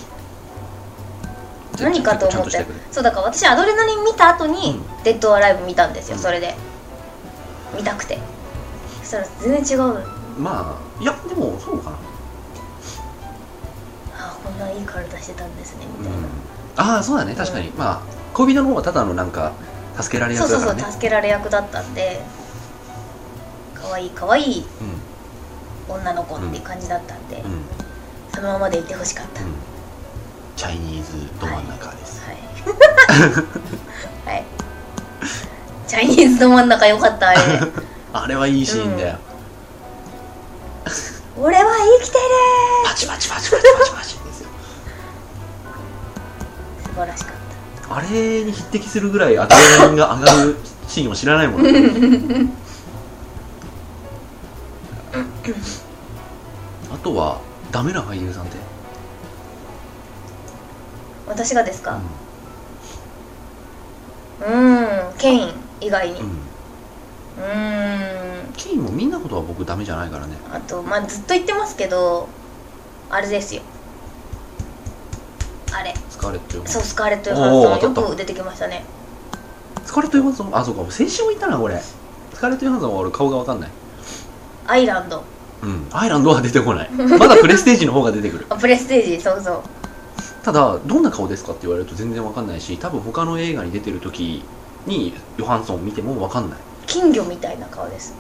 Speaker 2: 何かと
Speaker 1: ちゃん
Speaker 2: 思
Speaker 1: と
Speaker 2: って
Speaker 1: してくれる
Speaker 2: そうだから私アドレナリン見た後に、
Speaker 1: うん
Speaker 2: デッドアライブ見たんですよ
Speaker 1: うん
Speaker 2: それで見たくてそしたら全然違う
Speaker 1: まあいやでもそうかな、
Speaker 2: あこんないい体してたんですねみ
Speaker 1: う
Speaker 2: たい
Speaker 1: ん
Speaker 2: な、、
Speaker 1: ああそうだね確かに、まあ恋人の方はただのなんか助けられ
Speaker 2: そう
Speaker 1: 役
Speaker 2: そ
Speaker 1: だ
Speaker 2: う
Speaker 1: か
Speaker 2: そ
Speaker 1: ら
Speaker 2: う
Speaker 1: ね
Speaker 2: 助けられ役だったんで可愛い可愛い女の子っていう感じだったんで、
Speaker 1: うんうん
Speaker 2: そのままでいてほしかった、
Speaker 1: うんチャイニーズど真ん中です、
Speaker 2: はい はいチャイニーズの真ん中良かったあれ
Speaker 1: あれはいいシーンだよ、
Speaker 2: 俺は生きて
Speaker 1: パチパチパチパチパチパチですよ
Speaker 2: る素晴らしかっ
Speaker 1: あれに匹敵するぐらいアドレナリンが上がるシーンを知らないもんねあとはダメな俳優さんって、
Speaker 2: た私がです
Speaker 1: う
Speaker 2: か
Speaker 1: ん
Speaker 2: うーんケイン以外にう
Speaker 1: うん、
Speaker 2: ーん
Speaker 1: ケインもみんなことは僕ダメじゃないからね
Speaker 2: あとまあずっと言ってますけどあれですよあれ
Speaker 1: スカーレット・ヨハン
Speaker 2: そ
Speaker 1: ソ
Speaker 2: う
Speaker 1: ン
Speaker 2: スカーレット・ヨハンソ
Speaker 1: おー当たっ
Speaker 2: ン
Speaker 1: た
Speaker 2: よく出てきましたね
Speaker 1: スカーレット・ヨハンソンあそうか先週も言ったなこれスカーレット・ヨハンソンは俺顔が分かんない
Speaker 2: アイランド
Speaker 1: うんアイランドは出てこないまだプレステージの方が出てくる
Speaker 2: あプレステージそうそう
Speaker 1: ただどんな顔ですかって言われると全然分かんないし多分他の映画に出てる時にヨハンソン見ても分かんない
Speaker 2: 金魚みたいな顔です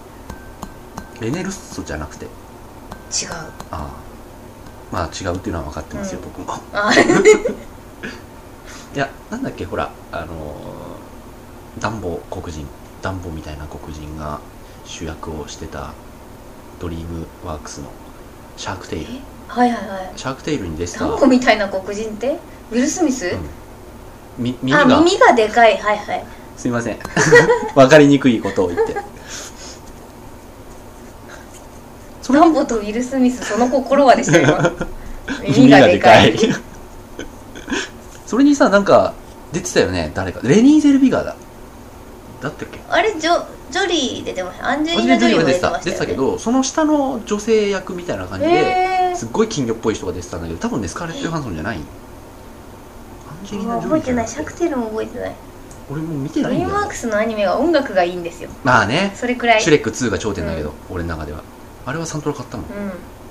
Speaker 1: レネルッソじゃなくて
Speaker 2: 違う
Speaker 1: ああまあ違うっていうのは分かってますよ、
Speaker 2: うん
Speaker 1: 僕も
Speaker 2: あ
Speaker 1: いやなんだっけほらあのー、ダンボ黒人ダンボみたいな黒人が主役をしてたドリームワークスのシャークテイル
Speaker 2: えはいはいはい
Speaker 1: シャークテイルに出てた、
Speaker 2: タン
Speaker 1: う
Speaker 2: ゴみたいな黒人ってウィル・スミス、
Speaker 1: ん、み耳
Speaker 2: あ
Speaker 1: が
Speaker 2: 耳がでかいはいはい
Speaker 1: すいません 分かりにくいことを言ってそれ
Speaker 2: ダンボとウィル・スミスその心はでしたよ
Speaker 1: 耳がでかい それにさなんか出てたよね誰かレニー・ゼルビガーだだったっけ
Speaker 2: あれジョジョリーで出てましたアンジェリーナ・
Speaker 1: 私
Speaker 2: ジョリー
Speaker 1: は
Speaker 2: も
Speaker 1: 出
Speaker 2: 出
Speaker 1: て
Speaker 2: てま
Speaker 1: た
Speaker 2: し
Speaker 1: 出て
Speaker 2: たよ、
Speaker 1: た
Speaker 2: ね、
Speaker 1: けどその下の女性役みたいな感じで
Speaker 2: へ
Speaker 1: すっごい金魚っぽい人が出てたんだけど多分ねスカーレット・ヨハンソンじゃないアンジェ
Speaker 2: ー、
Speaker 1: リー
Speaker 2: も
Speaker 1: ナ・
Speaker 2: う
Speaker 1: ジョ
Speaker 2: 覚
Speaker 1: リーじ
Speaker 2: えて
Speaker 1: ゃ
Speaker 2: な
Speaker 1: ないい
Speaker 2: シャークテールも覚えてない
Speaker 1: 俺もう見て
Speaker 2: ド
Speaker 1: ない
Speaker 2: リ
Speaker 1: ん
Speaker 2: ー
Speaker 1: だ
Speaker 2: ム
Speaker 1: よ
Speaker 2: ワークスのアニメは音楽がいいんですよ
Speaker 1: まあね
Speaker 2: それくらい
Speaker 1: シュレック2が頂点だけど、俺の中ではあれはサントラ買ったもん
Speaker 2: うん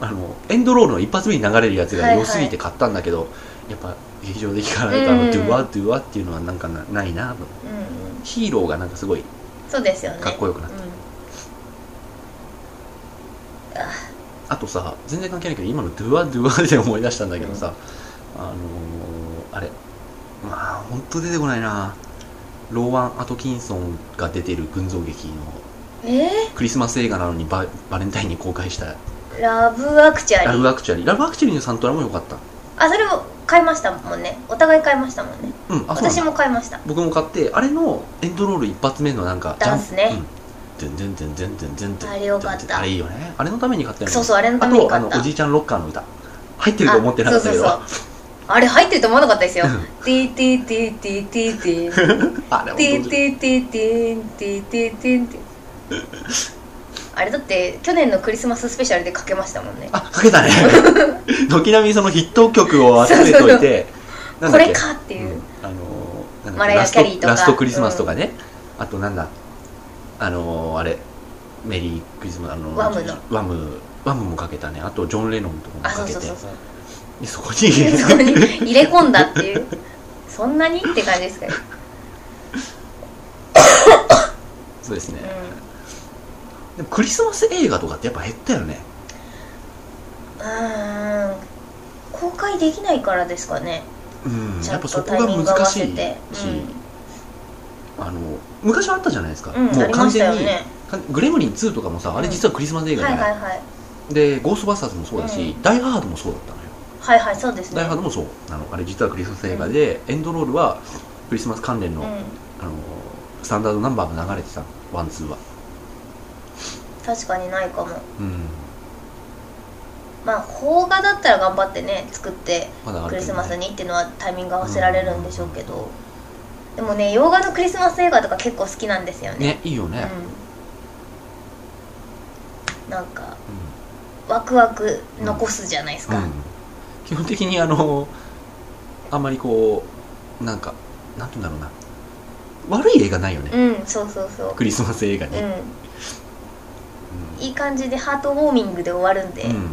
Speaker 1: あのエンドロールの一発目に流れるやつ
Speaker 2: は
Speaker 1: が
Speaker 2: いはい
Speaker 1: 良すぎて買ったんだけど、やっぱ劇場で聞かないとあ
Speaker 2: うん
Speaker 1: のドゥワドゥワっていうのはなんかなないなと
Speaker 2: うんうん
Speaker 1: ヒーローがなんかすごい
Speaker 2: そうですよね
Speaker 1: かっこよくなった、
Speaker 2: うん
Speaker 1: あとさ全然関係ないけど今のドゥワドゥワで思い出したんだけどさ、あのー、あれまあ本当出てこないなローワン・アトキンソンが出てる群像劇の
Speaker 2: え
Speaker 1: クリスマス映画なのにババレンタインに公開した
Speaker 2: ー、ラブアクチ
Speaker 1: 「
Speaker 2: ャリ
Speaker 1: ラブ・
Speaker 2: ー
Speaker 1: アクチュアリー」ラブ・アクチュアリーのサントラも良かった
Speaker 2: あそれも買いましたもんねお互い買いましたもんね
Speaker 1: うんあそうなんだ
Speaker 2: 私も買いました
Speaker 1: 僕も買ってあれのエンドロール一発目のなんか
Speaker 2: ダンスね
Speaker 1: ジャンうんドゥンドゥンドゥンドゥンドゥンドゥン
Speaker 2: あれよかった
Speaker 1: あれいいよねあれのために買ったよね
Speaker 2: そうそうあれのた
Speaker 1: あ
Speaker 2: め
Speaker 1: と
Speaker 2: に
Speaker 1: あ
Speaker 2: 買っ
Speaker 1: の
Speaker 2: た
Speaker 1: おじいちゃんロッカーの歌入ってると思ってなかったけど
Speaker 2: あそうそうそうあれ入ってると思わなかったですよ「ティーティーティーティーティーティー」
Speaker 1: あれ
Speaker 2: 「ティ
Speaker 1: 本
Speaker 2: ー
Speaker 1: 当
Speaker 2: ティーティーティーティーティーティーティー」あれだって去年のクリスマススペシャルでかけましたもんね
Speaker 1: あかけた ね軒並みそのヒット曲を集めといてなん
Speaker 2: こ
Speaker 1: だっ
Speaker 2: れ
Speaker 1: け
Speaker 2: かっていう、
Speaker 1: うんあのーなんだっけ
Speaker 2: マライア
Speaker 1: ラスト
Speaker 2: キャリーとか
Speaker 1: ラストクリスマスとかねあとなんだあのーあれメリークリスマスあの
Speaker 2: ワムの
Speaker 1: ワムワムもかけたねあとジョン・レノンとかも
Speaker 2: あそ
Speaker 1: か
Speaker 2: う
Speaker 1: け
Speaker 2: そう
Speaker 1: て
Speaker 2: そうそう
Speaker 1: でそこに
Speaker 2: そこに入れ込んだっていうそんなにって感じですかね、
Speaker 1: そうですね、
Speaker 2: う
Speaker 1: でもクリスマス映画とかってやっぱ減ったよね
Speaker 2: ん、うーん公開できないからですかね
Speaker 1: うん
Speaker 2: ち
Speaker 1: や
Speaker 2: ゃ
Speaker 1: っ
Speaker 2: ん
Speaker 1: ぱ
Speaker 2: と
Speaker 1: そこ
Speaker 2: タイ
Speaker 1: が
Speaker 2: ミング合わ
Speaker 1: 難し
Speaker 2: せ
Speaker 1: い
Speaker 2: て
Speaker 1: し、あの昔はあったじゃないですか、
Speaker 2: うん、うん、ありましたよね
Speaker 1: 完グレムリン2とかもさあれ実はクリスマス映画じゃ
Speaker 2: はい
Speaker 1: な、
Speaker 2: はいいはい
Speaker 1: でゴーストバスターズもそうだし、
Speaker 2: う
Speaker 1: ダイハードもそうだったのよ、
Speaker 2: はいはいそうですね
Speaker 1: ダイハードもそうあのあれ実はクリスマス映画で、エンドロールはクリスマス関連の,、
Speaker 2: うん
Speaker 1: あのスタンダードナンバーが流れてたのワンツーは
Speaker 2: 確かにないかも
Speaker 1: うん
Speaker 2: まあ邦画だったら頑張ってね作って
Speaker 1: まだある
Speaker 2: クリスマス
Speaker 1: に
Speaker 2: にっていうのはタイミング合わせられるんでしょうけど、でもね洋画のクリスマス映画とか結構好きなんですよね
Speaker 1: ねいいよね、
Speaker 2: うん、なんか
Speaker 1: うん
Speaker 2: ワクワク残すじゃないですか、
Speaker 1: うん、基本的にあのあんまりこうなんかなんて言うんだろうな悪い映画ないよね、
Speaker 2: うん、そうそうそう
Speaker 1: クリスマス映画に、うん
Speaker 2: ういい感じでハートウォーミングで終わるんで、
Speaker 1: うん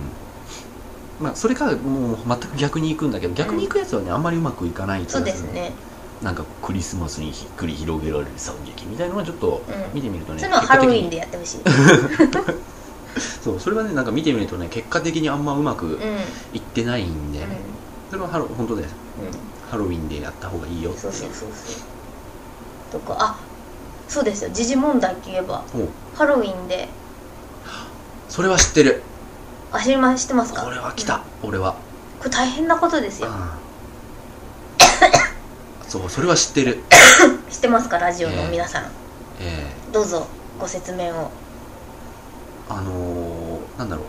Speaker 1: まあ、それからもう全く逆に行くんだけど逆に行くやつはね、あんまりうまくいかない気が
Speaker 2: そう
Speaker 1: る
Speaker 2: ですね、
Speaker 1: なんかクリスマスにひっくり広げられる惨劇みたいなのはちょっと
Speaker 2: うん
Speaker 1: 見てみるとね、
Speaker 2: そういうのはハロウィン
Speaker 1: で
Speaker 2: でやってほしい、
Speaker 1: そうそれはねなんか見てみるとね結果的にあんまうまく
Speaker 2: うんうん
Speaker 1: いってないんで、
Speaker 2: う
Speaker 1: それはハロ本当です
Speaker 2: ん
Speaker 1: ハロウィンでやった方がいいよってい
Speaker 2: そうそうそうそうとかあそうですよ時事問題って言えば
Speaker 1: おう
Speaker 2: ハロウィンで
Speaker 1: それは知ってる
Speaker 2: あ知りましてますか
Speaker 1: これは来た、俺は
Speaker 2: うんこれ大変なことですよ
Speaker 1: うん そうそれは知ってる
Speaker 2: 知ってますかラジオの皆さん、
Speaker 1: え
Speaker 2: どうぞご説明を
Speaker 1: えあのー、なんだろう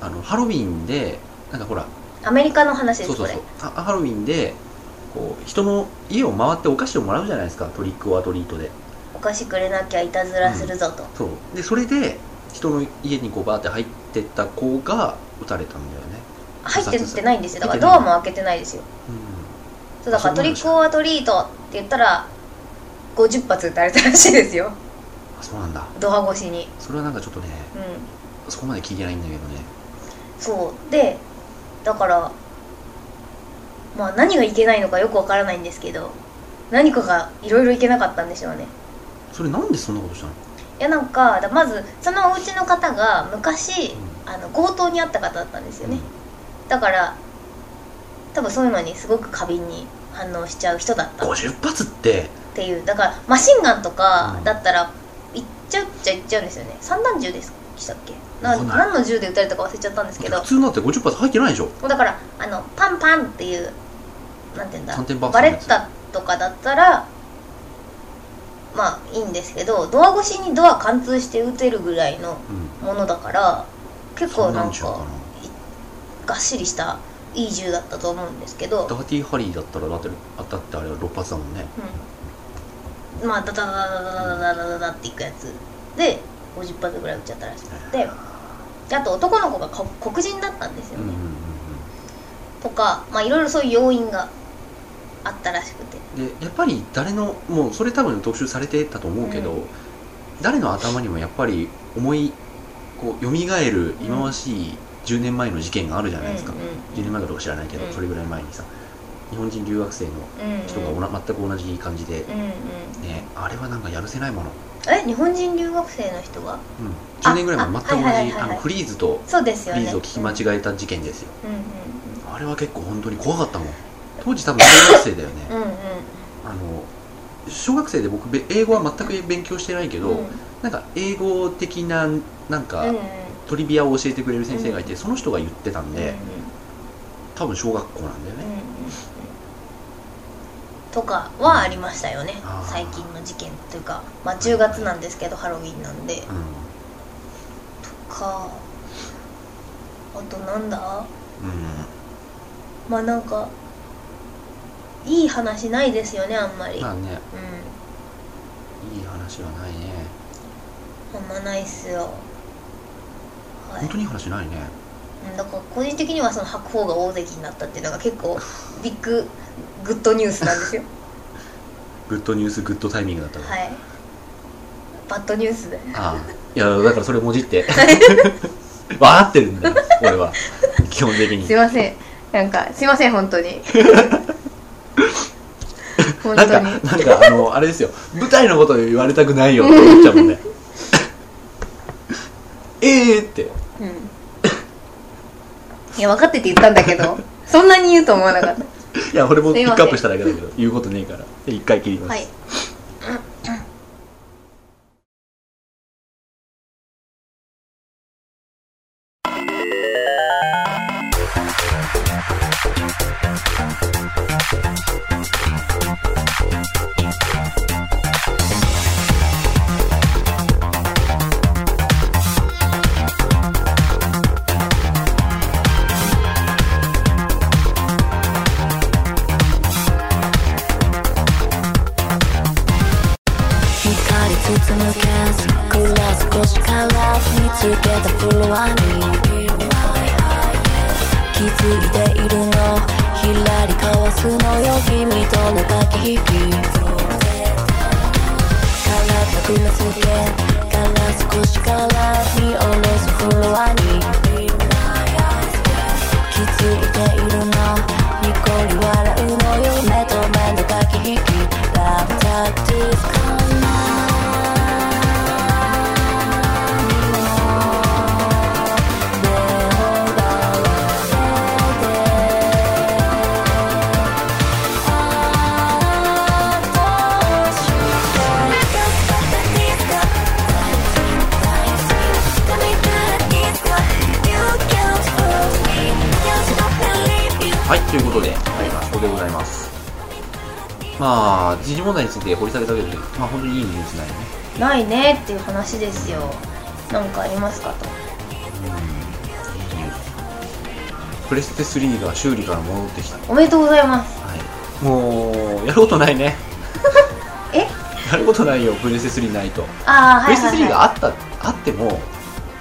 Speaker 1: あのハロウィンでなんかほら
Speaker 2: アメリカの話で
Speaker 1: そう
Speaker 2: す
Speaker 1: そ
Speaker 2: こ
Speaker 1: う
Speaker 2: れ
Speaker 1: そうあハロウィンでこう人の家を回ってお菓子をもらうじゃないですかトリックオアトリートで
Speaker 2: お菓子くれなきゃいたずらするぞと、
Speaker 1: そうでそれで人の家にこうバーって入ってった子が撃たれたんだよね
Speaker 2: 入ってってないんですよだか
Speaker 1: 入っ
Speaker 2: ら
Speaker 1: て
Speaker 2: ド
Speaker 1: ない
Speaker 2: アも開けてないですよ
Speaker 1: うん
Speaker 2: そうだから
Speaker 1: あそうな
Speaker 2: ト
Speaker 1: ん
Speaker 2: リ
Speaker 1: ですか
Speaker 2: ックオアトリートって言ったら50発撃たれたらしいですよ
Speaker 1: あそうなんだ
Speaker 2: ドア越しに
Speaker 1: それはなんかちょっとね
Speaker 2: うん
Speaker 1: そこまで聞いてないんだけどね
Speaker 2: そうでだからまあ何がいけないのかよくわからないんですけど何かがいろいろいけなかったんでしょうね
Speaker 1: それなんでそんなことしたの
Speaker 2: いやなんかだまずそのお家の方が昔あの強盗にあった方だったんですよね、だから多分そういうのにすごく過敏に反応しちゃう人だったっ
Speaker 1: 50発って
Speaker 2: ていうだからマシンガンとか
Speaker 1: うん
Speaker 2: だったらいっちゃうっちゃいっちゃうんですよね散弾銃ですでしたっけな
Speaker 1: わかんない
Speaker 2: 何の銃で撃たれたか忘れちゃったんです けど
Speaker 1: 普通のだって50発入ってないでしょ
Speaker 2: だからあのパンパンっていうなんていうんだ
Speaker 1: 三点バース
Speaker 2: バ
Speaker 1: トの
Speaker 2: レ
Speaker 1: や
Speaker 2: ッ
Speaker 1: つ
Speaker 2: タとかだったらまあいいんですけどドア越しにドア貫通して撃てるぐらいの
Speaker 1: うん
Speaker 2: ものだから結構なん
Speaker 1: そしよう
Speaker 2: かがっしりしたいい銃だったと思うんですけど
Speaker 1: ダーティーハリーだったらだって当たってあれは6発だもんね
Speaker 2: うん、まあダダダダダダダダダダっていくやつで50発ぐらい撃っちゃったらしくてであと男の子がこ黒人だったんです
Speaker 1: う
Speaker 2: よ
Speaker 1: んうん
Speaker 2: ね、
Speaker 1: うん
Speaker 2: とかまあいろいろそういう要因があったらしくて
Speaker 1: うんでやっぱり誰のもうそれ多分特集されてたと思うけど、
Speaker 2: う
Speaker 1: 誰の頭にもやっぱり思いこう蘇る忌まわしい10年前の事件があるじゃないですか、
Speaker 2: うん
Speaker 1: 10年前かどうか知らないけど、
Speaker 2: うん
Speaker 1: それぐらい前にさ日本人留学生の
Speaker 2: うんうん
Speaker 1: 人がおな、全く同じ感じで、
Speaker 2: うんうん
Speaker 1: ねあれはなんかやるせないもの、
Speaker 2: え日本人留学生の人が
Speaker 1: うん、10年ぐらい前全く同
Speaker 2: あはいはいはい
Speaker 1: じ
Speaker 2: はい
Speaker 1: あのフリーズと
Speaker 2: そうですよ
Speaker 1: フ
Speaker 2: ね
Speaker 1: リーズを聞き間違えた事件ですよ
Speaker 2: うん
Speaker 1: あれは結構本当に怖かったもん当時多分小学生だよね
Speaker 2: うんうんうん
Speaker 1: あの小学生で僕べ英語は全く勉強してないけど、
Speaker 2: うんうん
Speaker 1: なんか英語的ななんか、
Speaker 2: うん
Speaker 1: トリビアを教えてくれる先生がいて、その人が言ってたんで、多分小学校なんだよ
Speaker 2: うんう
Speaker 1: ね、
Speaker 2: んうんとかはありましたよね
Speaker 1: あー
Speaker 2: 最近の事件というか、まあ、10月なんですけどハロウィンなん
Speaker 1: う
Speaker 2: で
Speaker 1: んうん
Speaker 2: かあとなんだまあなんかいい話ないですよねあんまり、
Speaker 1: まあね
Speaker 2: う
Speaker 1: いい話はないね
Speaker 2: んあんまないっすよはい
Speaker 1: 本当にいい話ないね
Speaker 2: うんだから個人的にはその白鵬が大関になったっていうのが 結構ビッググッドニュースなんですよ
Speaker 1: グッドニュースグッドタイミングだったの、
Speaker 2: はいバッドニュースで
Speaker 1: ああいやだからそれもじって わーってるんだよ俺は基本的に
Speaker 2: すいませんなんかすいません本 当に本
Speaker 1: なん
Speaker 2: 当
Speaker 1: か、
Speaker 2: に
Speaker 1: なんかあの、あれ ですよ、舞台のこと言われたくないよって言っちゃうもんね。 えーって。
Speaker 2: うんいや分かってて言ったんだけどそんなに言うと思わなかった
Speaker 1: いや、俺も
Speaker 2: す
Speaker 1: ピ
Speaker 2: いません
Speaker 1: ックアップしただけだけど、言うことねえから。で一回切ります。
Speaker 2: はい。
Speaker 3: 抜けず暗さ少しカラー見つけたフロアに気づいているのひらりかわすのよ君との駆け引きカラーくなすけカラー少しカラー見下ろすフロアに気づいているのニコリ笑うのよ目と目の駆け引きラブタッチカ
Speaker 1: はい、ということで、はい、ここでございます。まあ、時事問題について掘り下げたけど、まあ、本当にいいニュースないよね。
Speaker 2: ないねっていう話ですよなんかありますかと
Speaker 1: プレステ3が修理から戻ってきた。
Speaker 2: おめでとうございます
Speaker 1: はい。もう、やることない ね。
Speaker 2: え
Speaker 1: やることないよ、プレステ3ないと。
Speaker 2: ああ
Speaker 1: プレ
Speaker 2: はい
Speaker 1: ス
Speaker 2: は
Speaker 1: テ
Speaker 2: い、
Speaker 1: 3
Speaker 2: は
Speaker 1: があった、あっても、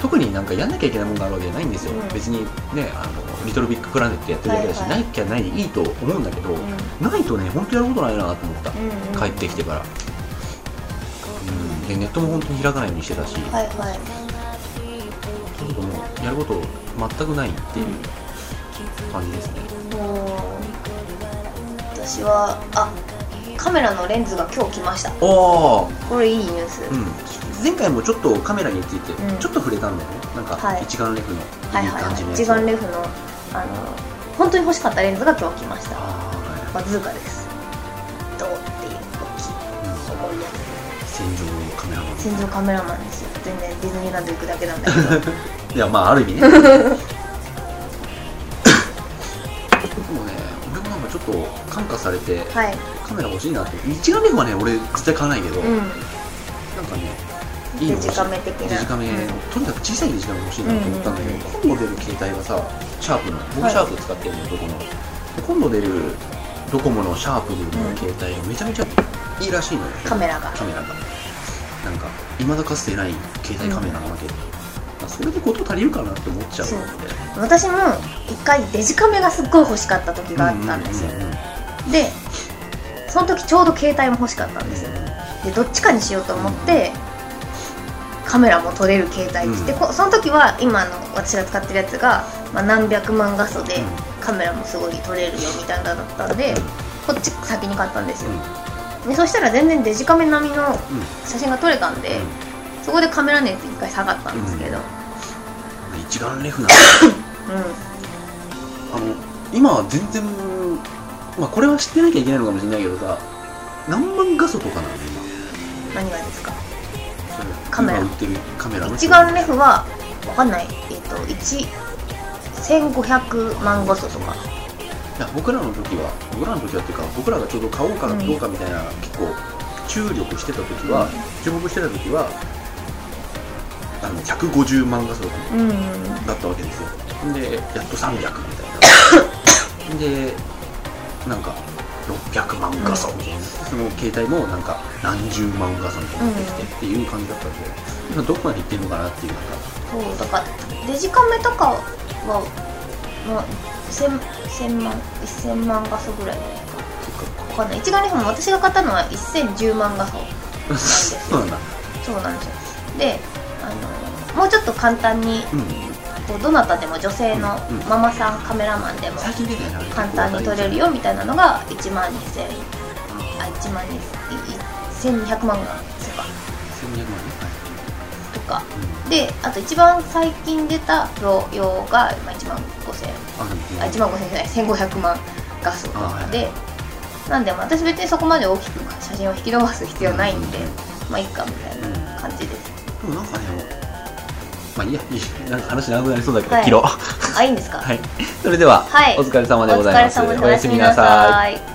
Speaker 1: 特になんかやんなきゃいけないものがあるわけじゃないんですよ。
Speaker 2: うん
Speaker 1: 別にね、あの、リトルビッグプラネットやってるだけだし、
Speaker 2: はいはい
Speaker 1: ないきゃないでいいと思うんだけど、
Speaker 2: う
Speaker 1: ないとね、本当やることないなと思った
Speaker 2: い、。うんうん、
Speaker 1: 帰ってきてから、うん、でネットも本当に開かないようにしてたし、
Speaker 2: はいはい
Speaker 1: ちょっともうやること全くないっていう感じですね、
Speaker 2: もう私はあカメラのレンズが今日来ました
Speaker 1: おお、うん、
Speaker 2: これいいニュース、
Speaker 1: 前回もちょっとカメラについて
Speaker 2: うん
Speaker 1: ちょっと触れたんだよね、なんか
Speaker 2: はい
Speaker 1: 一眼レフの
Speaker 2: はい
Speaker 1: いい
Speaker 2: はい
Speaker 1: 感じの
Speaker 2: は
Speaker 1: や
Speaker 2: い
Speaker 1: つ
Speaker 2: 一眼レフのあの本当に欲しかったレンズが今日来ました
Speaker 1: あ
Speaker 2: バズーカですどうっていう
Speaker 1: あ、
Speaker 2: 大
Speaker 1: うん、
Speaker 2: きい重いや
Speaker 1: 戦場のカメラ マン
Speaker 2: つ戦場カメラマンですよ全然ディズニーランド行くだけなんだけど
Speaker 1: いやまあある意味ねでもね俺もなんかちょっと感化されて、
Speaker 2: はい
Speaker 1: カメラ欲しいなって一眼レフはね俺絶対買わないけど、
Speaker 2: う
Speaker 1: なんかね、
Speaker 2: ん
Speaker 1: いいの欲し
Speaker 2: デジ
Speaker 1: い
Speaker 2: カメ的な
Speaker 1: デジカメ、
Speaker 2: うん
Speaker 1: とにかく小さいデジカメ欲しいなと思ったんだけど、
Speaker 2: う
Speaker 1: 今度
Speaker 2: んうん
Speaker 1: 出る携帯がさ、シャープの、僕
Speaker 2: はい
Speaker 1: シャープ使ってるのよ、ドコモの。で今度出るドコモのシャープの携帯がめちゃめちゃいいらしいのよ、
Speaker 2: カメラが
Speaker 1: カメラが。なんか、いまだかつてない携帯カメラなわけで、まあそれでこと足りるかなって思っちゃうので。
Speaker 2: 私も一回デジカメがすっごい欲しかった時があったんですよ、
Speaker 1: ううううん
Speaker 2: でその時ちょうど携帯も欲しかったんですよでどっちかにしようと思って、カメラも撮れる携帯にして、
Speaker 1: うん
Speaker 2: こその時は今の私が使ってるやつが、まあ、何百万画素で
Speaker 1: うん
Speaker 2: カメラもすごい撮れるよみたいなのだったん
Speaker 1: う
Speaker 2: で、
Speaker 1: ん
Speaker 2: こっち先に買ったんですよ
Speaker 1: うん、
Speaker 2: でそしたら全然デジカメ並み
Speaker 1: う
Speaker 2: の
Speaker 1: ん
Speaker 2: 写真が撮れたんで、そこでカメラ熱一回下がったんですけど、
Speaker 1: うん一眼レフな
Speaker 2: うん
Speaker 1: あの今は全然、まあ、これは知ってなきゃいけないのかもしれないけどさ何万画素とかなの
Speaker 2: 何がですか
Speaker 1: 今それ
Speaker 2: カメラ
Speaker 1: 今売ってるカメラの
Speaker 2: 一眼レフはわかんないえっ、と1500万画素とか
Speaker 1: いや僕らの時は僕らの時はっていうか僕らがちょうど買おうか
Speaker 2: うん
Speaker 1: どうかみたいな、結構注力してた時は注目してた時はあの150万画素
Speaker 2: うんうん
Speaker 1: だったわけですよでやっと300みたいなでなんか600万画素みたいな、その携帯もなんか何十万画素みたいになってきてっていう感じだったんで、今どこまでいってるのかなっていうなんか
Speaker 2: そうだからデジカメとかはまあ1000 1000万1000万画素ぐらい
Speaker 1: そっか
Speaker 2: わかんない一眼レフも私が買ったのは1010万画素
Speaker 1: そうなんだ
Speaker 2: そうなんですよであのもうちょっと簡単に
Speaker 1: うん
Speaker 2: こうどなたでも女性の
Speaker 1: うんうん
Speaker 2: ママさんカメラマンでも
Speaker 1: 最近出たよねあれ
Speaker 2: 簡単に撮れるよみたいなのが1万2000あ1万1200万画素か
Speaker 1: 1200万ね
Speaker 2: とか
Speaker 1: うん
Speaker 2: であと一番最近出た用が、まあ、1万5000
Speaker 1: あでも
Speaker 2: あ1万5000じゃない1500万画素とかで、なんでまあ私別にそこまで大きく写真を引き伸ばす必要ないんで、まあいいかみたいな感じです
Speaker 1: でもなんかねまあいいやいいなんか話長くなりそうだけど、
Speaker 2: はい
Speaker 1: 切ろう
Speaker 2: あいいんですか
Speaker 1: はいそれでは、
Speaker 2: はい
Speaker 1: お疲れ様でございます
Speaker 2: お疲れ様です
Speaker 1: おやすみなさい
Speaker 2: い